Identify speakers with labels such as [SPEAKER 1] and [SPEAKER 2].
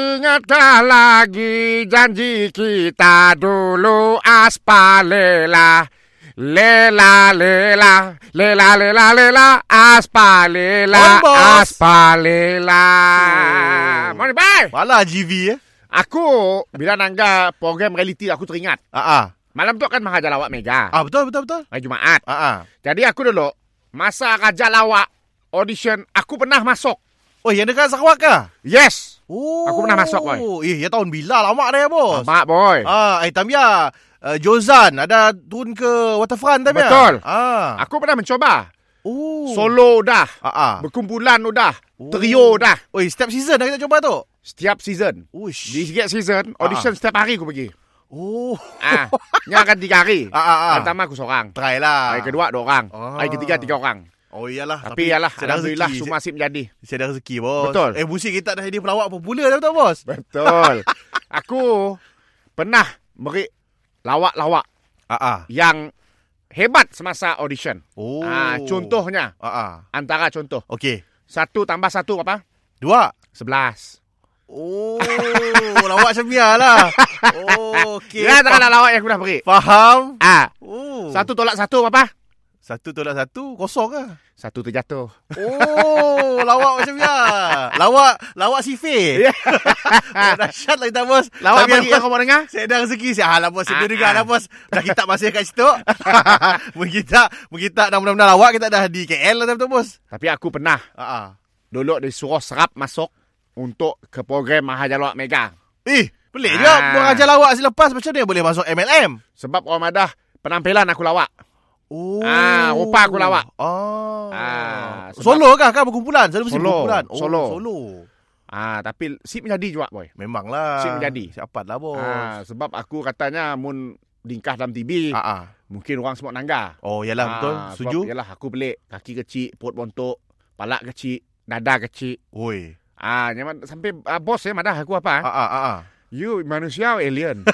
[SPEAKER 1] Ingatkah lagi janji kita dulu aspalela Lela lela lela lela lela aspalela
[SPEAKER 2] On, bos.
[SPEAKER 1] aspalela.
[SPEAKER 2] Oh.
[SPEAKER 1] Morning bye.
[SPEAKER 2] Malah GV eh.
[SPEAKER 1] Aku bila nangga program reality aku teringat.
[SPEAKER 2] Ah ah.
[SPEAKER 1] Malam tu kan Mahaja Lawak Mega.
[SPEAKER 2] Ah betul betul betul.
[SPEAKER 1] Hari Jumaat.
[SPEAKER 2] Ah ah.
[SPEAKER 1] Jadi aku dulu masa Raja Lawak audition aku pernah masuk.
[SPEAKER 2] Oh, yang dekat Sarawak kah?
[SPEAKER 1] Yes.
[SPEAKER 2] Oh.
[SPEAKER 1] Aku pernah masuk, boy.
[SPEAKER 2] Eh, ya tahun bila lama dah ya, bos.
[SPEAKER 1] Mak boy.
[SPEAKER 2] Ah, eh Tamia, uh, Jozan ada turun ke waterfront Tamia.
[SPEAKER 1] Betul.
[SPEAKER 2] Ah.
[SPEAKER 1] Aku pernah mencoba.
[SPEAKER 2] Oh.
[SPEAKER 1] Solo dah.
[SPEAKER 2] Ah ah.
[SPEAKER 1] Berkumpulan udah.
[SPEAKER 2] Oh.
[SPEAKER 1] Trio dah.
[SPEAKER 2] Oi, setiap season dah kita cuba tu.
[SPEAKER 1] Setiap season. Di
[SPEAKER 2] Uish.
[SPEAKER 1] setiap season,
[SPEAKER 2] Ah.
[SPEAKER 1] audition setiap hari aku pergi.
[SPEAKER 2] Oh.
[SPEAKER 1] Ah, yang akan tiga hari.
[SPEAKER 2] Ah ah ah.
[SPEAKER 1] Pertama aku seorang.
[SPEAKER 2] Try lah.
[SPEAKER 1] Hari kedua dua orang.
[SPEAKER 2] Ah.
[SPEAKER 1] Hari ketiga tiga orang.
[SPEAKER 2] Oh iyalah.
[SPEAKER 1] Tapi, yalah,
[SPEAKER 2] saya dah
[SPEAKER 1] alhamdulillah
[SPEAKER 2] rezeki.
[SPEAKER 1] semua asyik menjadi.
[SPEAKER 2] Saya dah rezeki, bos.
[SPEAKER 1] Betul.
[SPEAKER 2] Eh, musik kita dah jadi pelawak popular dah betul, bos.
[SPEAKER 1] Betul. aku pernah beri lawak-lawak
[SPEAKER 2] Ah ah.
[SPEAKER 1] yang hebat semasa audition.
[SPEAKER 2] Oh.
[SPEAKER 1] Ah, contohnya,
[SPEAKER 2] Ah ah.
[SPEAKER 1] antara contoh.
[SPEAKER 2] Okey.
[SPEAKER 1] Satu tambah satu apa?
[SPEAKER 2] Dua.
[SPEAKER 1] Sebelas.
[SPEAKER 2] Oh, lawak macam biar lah. Oh, okey.
[SPEAKER 1] Ya, antara lawak yang aku dah beri.
[SPEAKER 2] Faham?
[SPEAKER 1] Ah,
[SPEAKER 2] Oh.
[SPEAKER 1] satu tolak satu apa?
[SPEAKER 2] Satu tolak satu, kosong lah.
[SPEAKER 1] Satu terjatuh.
[SPEAKER 2] Oh, lawak macam biar. Lawak, lawak sifir.
[SPEAKER 1] Ya.
[SPEAKER 2] Yeah. oh, dahsyat lah kita, bos.
[SPEAKER 1] Lawak
[SPEAKER 2] Tapi,
[SPEAKER 1] bagi yang kau mau dengar?
[SPEAKER 2] Saya dah rezeki saya. Alah bos,
[SPEAKER 1] Ah,
[SPEAKER 2] sedih juga
[SPEAKER 1] ah.
[SPEAKER 2] lah bos. Dah kita masih kat situ. mungkin tak, mungkin tak dah mudah-mudahan lawak kita dah di KL lah betul bos.
[SPEAKER 1] Tapi aku pernah
[SPEAKER 2] Ha ah.
[SPEAKER 1] dulu disuruh serap masuk untuk ke program Mahaja Lawak Mega.
[SPEAKER 2] Eh, pelik juga
[SPEAKER 1] Ah.
[SPEAKER 2] buang ajar lawak selepas macam dia boleh masuk MLM.
[SPEAKER 1] Sebab orang ada penampilan aku lawak.
[SPEAKER 2] Oh.
[SPEAKER 1] Ah, rupa aku lawak.
[SPEAKER 2] Oh.
[SPEAKER 1] Ah, sebab-
[SPEAKER 2] solo kah kah berkumpulan? Selalu mesti
[SPEAKER 1] Solo,
[SPEAKER 2] berkumpulan. Oh,
[SPEAKER 1] solo.
[SPEAKER 2] solo.
[SPEAKER 1] Ah, tapi sip menjadi juga boy.
[SPEAKER 2] Memanglah.
[SPEAKER 1] Sip jadi.
[SPEAKER 2] Siapat lah bos.
[SPEAKER 1] Ah, sebab aku katanya mun dingkah dalam TV,
[SPEAKER 2] Ah, ah.
[SPEAKER 1] mungkin orang semua nangga.
[SPEAKER 2] Oh, yalah betul.
[SPEAKER 1] Ah, sebab
[SPEAKER 2] Setuju.
[SPEAKER 1] Yalah aku pelik, kaki kecil, perut bontok, palak kecil, dada kecil.
[SPEAKER 2] Oi.
[SPEAKER 1] Ah, nyaman sampai ah, bos saya ya, madah aku apa?
[SPEAKER 2] Ah, ah, ah. ah.
[SPEAKER 1] You manusia or alien?